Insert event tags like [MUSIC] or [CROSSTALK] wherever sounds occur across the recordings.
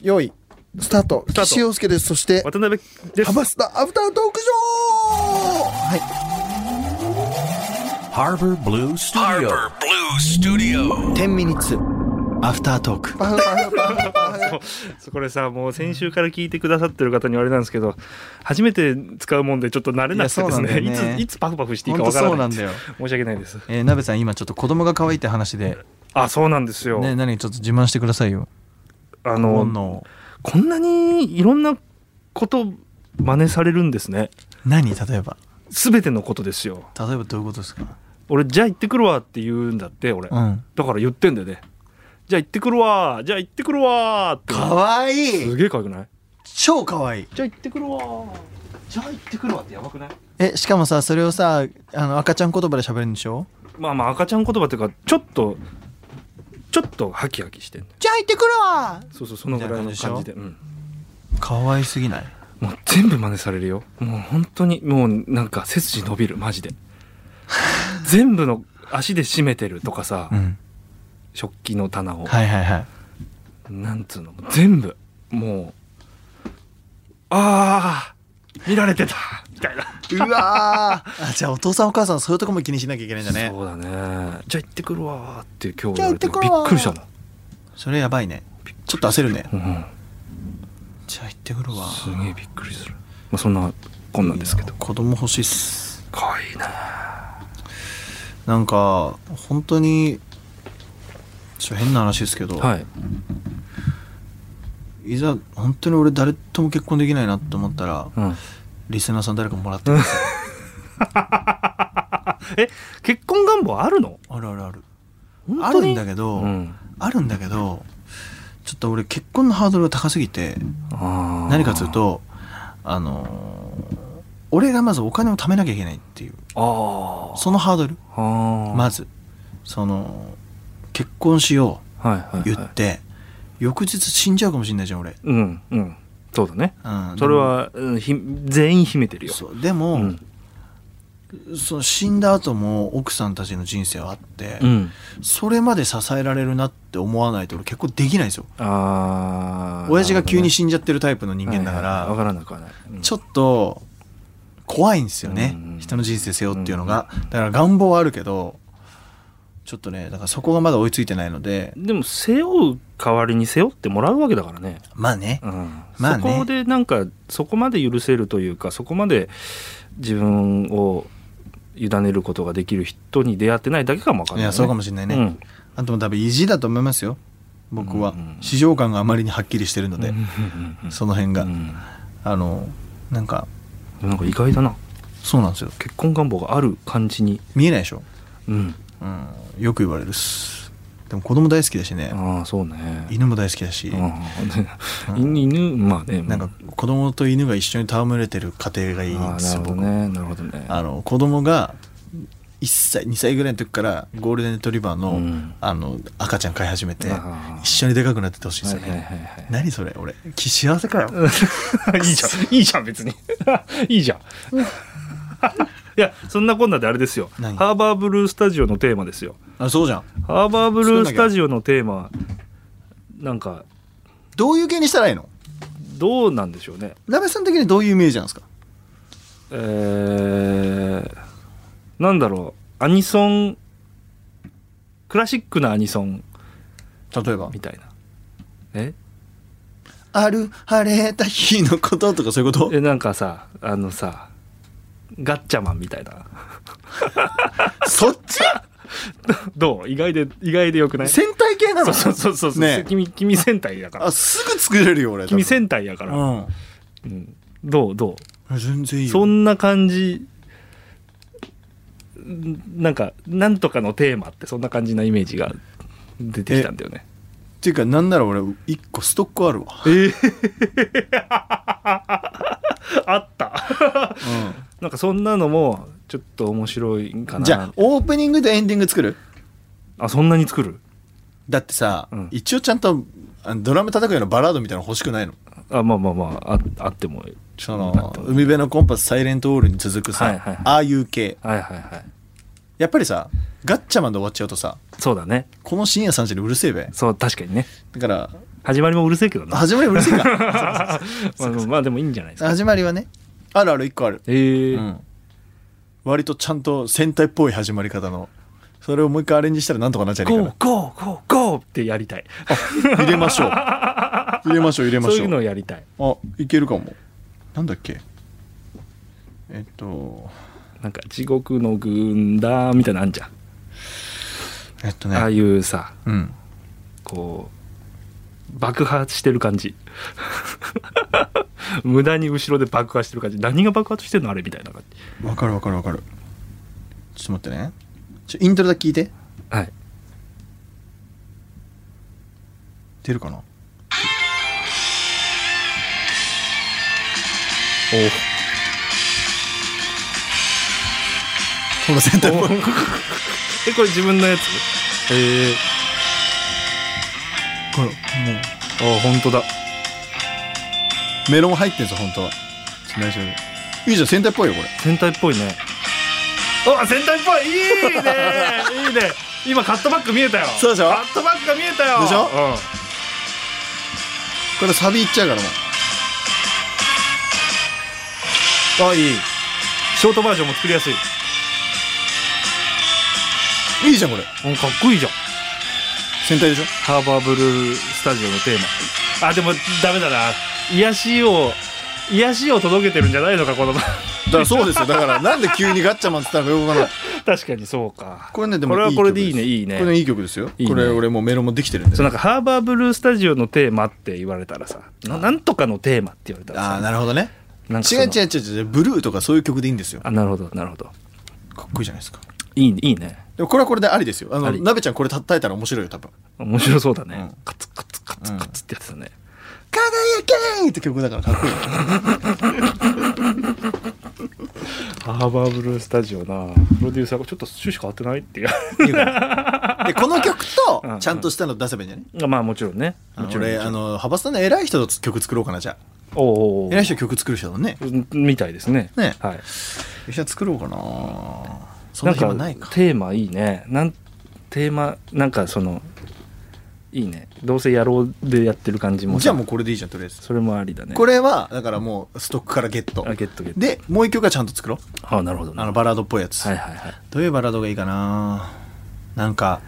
用意スタートスタート岸洋介ですそして渡辺ですハ。マスタアフタートークショーはい Harbor Blue Studio. 10ミニッツアフタートークパフパフパフパフこれさ、もう先週から聞いてくださってる方にはあれなんですけど、初めて使うもんでちょっと慣れなくてでいやそうなすね、んだよねいついつパフパフしていい本か当わかそうらないなんだよ、申し訳ないです。えー、なべさん今ちょっと子供が可愛いって話であ、そうなんですよ。ね何ちょっと自慢してくださいよあ本の、能こんなにいろんなこと真似されるんですね。何例えばすべてのことですよ。例えばどういうことですか俺、じゃあ行ってくるわって言うんだって、俺。うんだから言ってんだよね。じゃあ行ってくるわじゃあ行ってくるわって。可愛いすげえかわくない超可愛いじゃあ行ってくるわじゃあ行ってくるわってやばくないえしかもさそれをさあの赤ちゃん言葉で喋るんでしょまあまあ赤ちゃん言葉っていうかちょっとちょっとハキハキしてんねじゃあ行ってくるわそうそうそのぐらいの感じでうん可愛すぎないもう全部真似されるよもう本当にもうなんか背筋伸びるマジで全部の足で締めてるとかさ、うん食器の棚を、はいはいはいなんつうの全部もうああ見られてたみたいなうわーあじゃあお父さんお母さんそういうとこも気にしなきゃいけないんだねそうだねじゃあ行ってくるわーって今日じゃあ行ってくるわー言われてびっくりしたもんそれやばいねちょっと焦るねうんうんじゃあ行ってくるわすげえびっくりする、まあ、そんなこんなんですけど子供欲しいっすかわいいななんか本当にちょ変な話ですけど、はいい、ざ本当に俺誰とも結婚できないなって思ったら、うんリスナーさん誰かもらってくださいえ結婚願望あるのあるあるある本あ当るにんだけど、うんあるんだけどちょっと俺結婚のハードルが高すぎてあー何かというとあのー俺がまずお金を貯めなきゃいけないっていうあそのハードルああまずその結婚しよあはいはい、はう言い、って、翌日死んじゃうかもしれないじゃん俺、うんうんそうだねうん、それは、うん、ひ全員秘めてるよそうでも、うんその死んだ後も奥さんたちの人生はあって、うんそれまで支えられるなって思わないと俺結婚できないんですよああ親父が急に死んじゃってるタイプの人間だから、分からなくはない、うんちょっと怖いんですよね、うん人の人生背負うっていうのが、だから願望はあるけどちょっとねだからそこがまだ追いついてないのででも背負う代わりに背負ってもらうわけだからねまあね、うんまあねそこでなんかそこまで許せるというかそこまで自分を委ねることができる人に出会ってないだけかもわかんないい、ね、やそうかもしれないね、うんあとも多分意地だと思いますよ僕は、うんうん市場感があまりにはっきりしてるので、うんうんうんその辺が、うんあのなんかなんか意外だなそうなんですよ結婚願望がある感じに、見えないでしょ、うん、うん、よく言われるっすでも子供大好きだしねああそうね犬も大好きだし、うん [LAUGHS] 犬まあねなんか子供と犬が一緒に戯れてる家庭がいいんああですなよるほど僕ねなるほどねあの子供が1歳2歳ぐらいの時からゴールデンレトリバーの,、うんあの赤ちゃん飼い始めてあー一緒にでかくなってってほしいですよね、はいはいはいはい何それ俺き幸せかよ [LAUGHS] いいじゃん、いいじゃん、別に。 [LAUGHS] いいじゃん。いや、そんなこんなであれですよ。何ハーバーブルースタジオのテーマですよ。あそうじゃんハーバーブルースタジオのテーマ、なんか、どういう系にしたらいいのどうなんでしょうね。鍋さん的にどういうイメージなんですかえー、なんだろう、アニソン、クラシックなアニソン例えばみたいな。え「ある晴れた日のこと」とかそういうことえ、なんかさ、あのさ、ガッチャマンみたいな。 [LAUGHS] そっちどう意外で、意外でよくない戦隊系なのそうそうそうそう、ねえ君君戦隊だからあすぐ作れるよ俺君多戦隊やから、分うんどうどうん全然いういそよんな感じんなんかなんとかのテーマってそんな感じなイメージが出てきたんだよねっていうかなんなら俺一個ストックあるわ、 [LAUGHS] あったなんかそんなのもちょっと面白いんかうんなじゃあオープニングとエンディング作るあそんなに作るだってさ、うん一応ちゃんとあのドラム叩くようなバラードみたいなの欲しくないのあまあまあまあああってもそなんのと海辺のコンパスサイレントオールに続くさ、はいはいはいああいう系はいはいはいやっぱりさガッチャマンで終わっちゃうとさそうだねこの深夜3時にうるせえべそう確かにねだから始まりもうるせえけどな。始まりうるせえか [LAUGHS] まあ、まあでもいいんじゃないですか。始まりはねあるある一個ある、えーうん割とちゃんと戦隊っぽい始まり方のそれをもう一回アレンジしたらなんとかなっちゃうかゴなーゴーゴーゴーってやり [LAUGHS] たい。入れましょう入れましょう入れまそうしいょううのをやりたい。あいけるかもなんだっけえっとなんか地獄の軍だみたいなのあんじゃん。えっとああねいうさ、うんこう爆破してる感じ。 [LAUGHS] 無駄に後ろで爆破してる感じ。何が爆発してんのあれみたいな感じ。わかるわかるわかるちょっと待ってねちょイントロだけ聞いて [LAUGHS] はい。出るかなこの戦隊っ [LAUGHS] ぽいえこれ自分のやつ？ええこれもあ本当だ。うメロン入ってんすよ本当はちょっと内緒でいいじゃん戦隊っぽいよこれ戦隊っぽいね。あ戦隊っぽい。[LAUGHS] いいね。いいね。今カットバック見えたよ。そうでしょカットバックが見えたよ。でしょうん。これサビいっちゃうからもうあいいショートバージョンも作りやすいいいじゃんこれうんかっこいいじゃん戦隊でしょハーバーブルースタジオのテーマあでもダメだな癒しを癒しを届けてるんじゃないのかこのだからそうですよだからなんで急にガッチャマンって言ったのかよくわからない [LAUGHS] 確かにそうかこれねでもこれはこれでいいねいいいい曲すこねれねいい曲ですよいいねこれ俺もうメロンもできてるんでそうなんかハーバーブルースタジオのテーマって言われたらさななんとかのテーマって言われたらああさなるほどねなんかそ違のう違う違う違うブルーとかそういう曲でいいんですよかあなるほどなるほどっこいいじゃないですかいいねいいねでもこれはこれでありですよあのあり鍋ちゃんこれ叩いたら面白いよ多分面白そうだね、うんカツカツカツカツってやってたね、 「輝け!」って曲だからかっこいいよハーバーブルースタジオなプロデューサーがちょっと趣旨変わってないっていうでこの曲うんうとんちゃんとしたの出せばいいんじゃない [LAUGHS] まあもちろんね。あものちろん。俺あの派閥さんの偉い人と曲作ろうかなじゃあおうおうおう偉い人曲作る人だもんねうんみたいですね。ねはい。一緒に作ろうかなそんな暇ないかテーマいいね。なんテーマなんかそのいいね。どうせ野郎でやってる感じもさ。じゃあもうこれでいいじゃんとりあえずそれもありだね。これれはだからもうストックからゲットあゲットゲット。でもう一曲はちゃんと作ろうあなるほどね。あのはバラードっぽいやついはいはい。どういうバラードがいいかななんか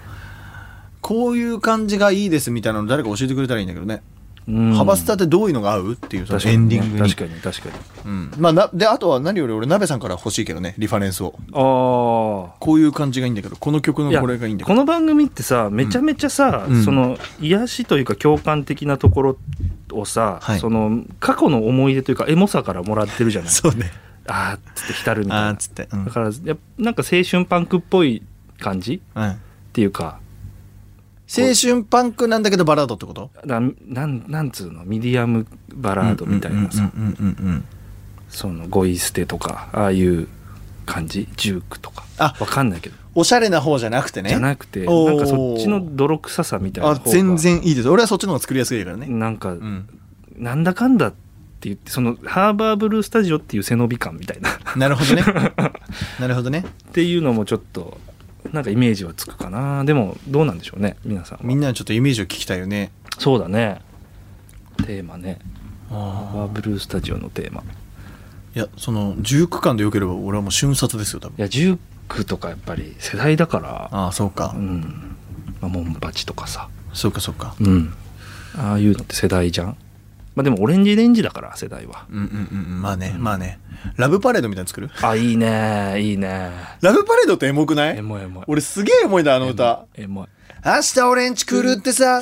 こういう感じがいいですみたいなの誰か教えてくれたらいいんだけどね、うんハバスタってどういうのが合うっていうその確かエにンねディングに確かに確かに。うんまあ、なであとは何より俺鍋さんから欲しいけどねリファレンスをああ。こういう感じがいいんだけどこの曲のいやこれがいいんだけこどの番組ってさめちゃめちゃさ、うんその癒しというか共感的なところをさ、はいその過去の思い出というかエモさからもらってるじゃないそうねあーっつって浸るみたいあーなっつって、うんだからやっなんか青春パンクっぽい感じうん青っていうか春パンクなんだけどバラードってことななんなんつうのミディアムバラードみたいなさうんうんうんうんうんそのゴイ捨てとかああいう感じジュークとかあわかんないけどおしゃれな方じゃなくてねじゃなくておーなんかそっちの泥臭さみたいなあ方が全然いいです俺はそっちの方が作りやすいからね、なんか、うん、なんだかんだって言ってそのハーバーブルースタジオっていう背伸び感み [LAUGHS] たいなっなるほ [LAUGHS] どねなるほどねていうのもちょっとなんかイメージはつくかなでもどうなんでしょうね皆さんはみんなのちょっとイメージを聞きたいよねそうだねテーマねハーバーブルースタジオのテーマいやその19巻でよければ俺はもう瞬殺ですよ多い分やジュークとかやっぱり世代だからああそうか、うん、まあ、モンパチとかさそうかそうかうんああいうのって世代じゃんまあでもオレンジレンジだから世代はうんうんうんうんまあね、まあねラブパレードみたいなの作るあいいねいいねラブパレードってエモくなエいモいエモい俺すげえエモいだあの歌エモい明日俺んち来るってさ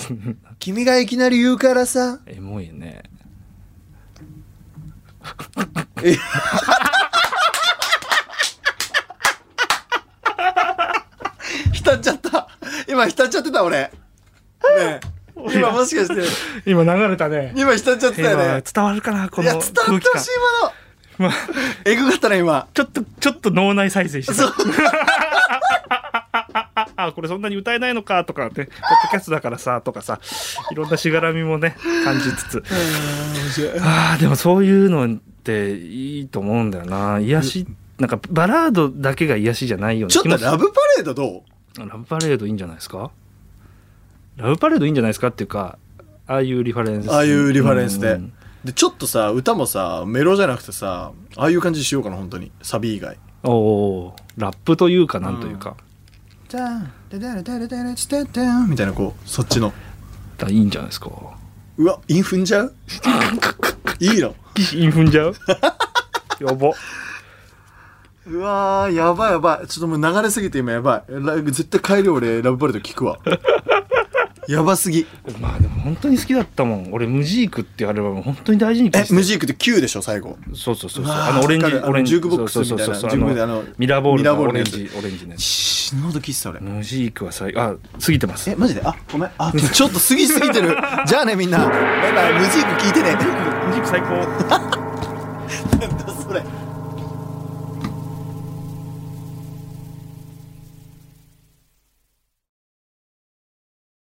君がいきなり言うからさエモいね [LAUGHS] 浸っちゃった [LAUGHS] 今浸っちゃってた俺 [LAUGHS] ねえ今もしかして今流れたね今浸っちゃって今たよね伝わるかないこのや伝わっ空て気感ほしいものまあえぐかったな今ちょっとちょっと脳内再生してそうあ [LAUGHS] あこれそんなに歌えないのかとかってポッドキャストだからさとかさいろんなしがらみもね感じつつあーでもそういうのっていいと思うんだよな癒しなんかバラードだけが癒しじゃないようなちょっ気もとラブパレードどうラブパレードいいんじゃないですかラブパレードいいんじゃないですかっていうかああいうリファレンスああいうリファレンスで、うんでちょっとさ歌もさメロじゃなくてさああいう感じにしようかな本当にサビ以外おおラップというかなんというか、じゃあ「ダダラダラダラチタタン」みたいなこうそっちのだいいんじゃないですかうわ韻踏んじゃういいのインフンじゃ [LAUGHS] うやばうわーやばいやばいちょっともう流れすぎて今やばいラ絶対帰り俺ラブパレード聞くわやばすぎまあでも本当に好きだったもん俺ムジークっていうアルバム本当に大事に聴いえてたムジークって9でしょ最後そうそうそうそううわーあのオレンジわかるあのオレンジジュークボックスみたいなそうそうジそュうークでああののミラーボールミラーのボーオルのレンやつジオレンジね死ぬほど聞いてた俺ムジークは最あ過ぎて [LAUGHS] ますえマジであごめんあちょっと過ぎすぎてるじゃあねみんなバイバイムジーク聞いてねムジーク最高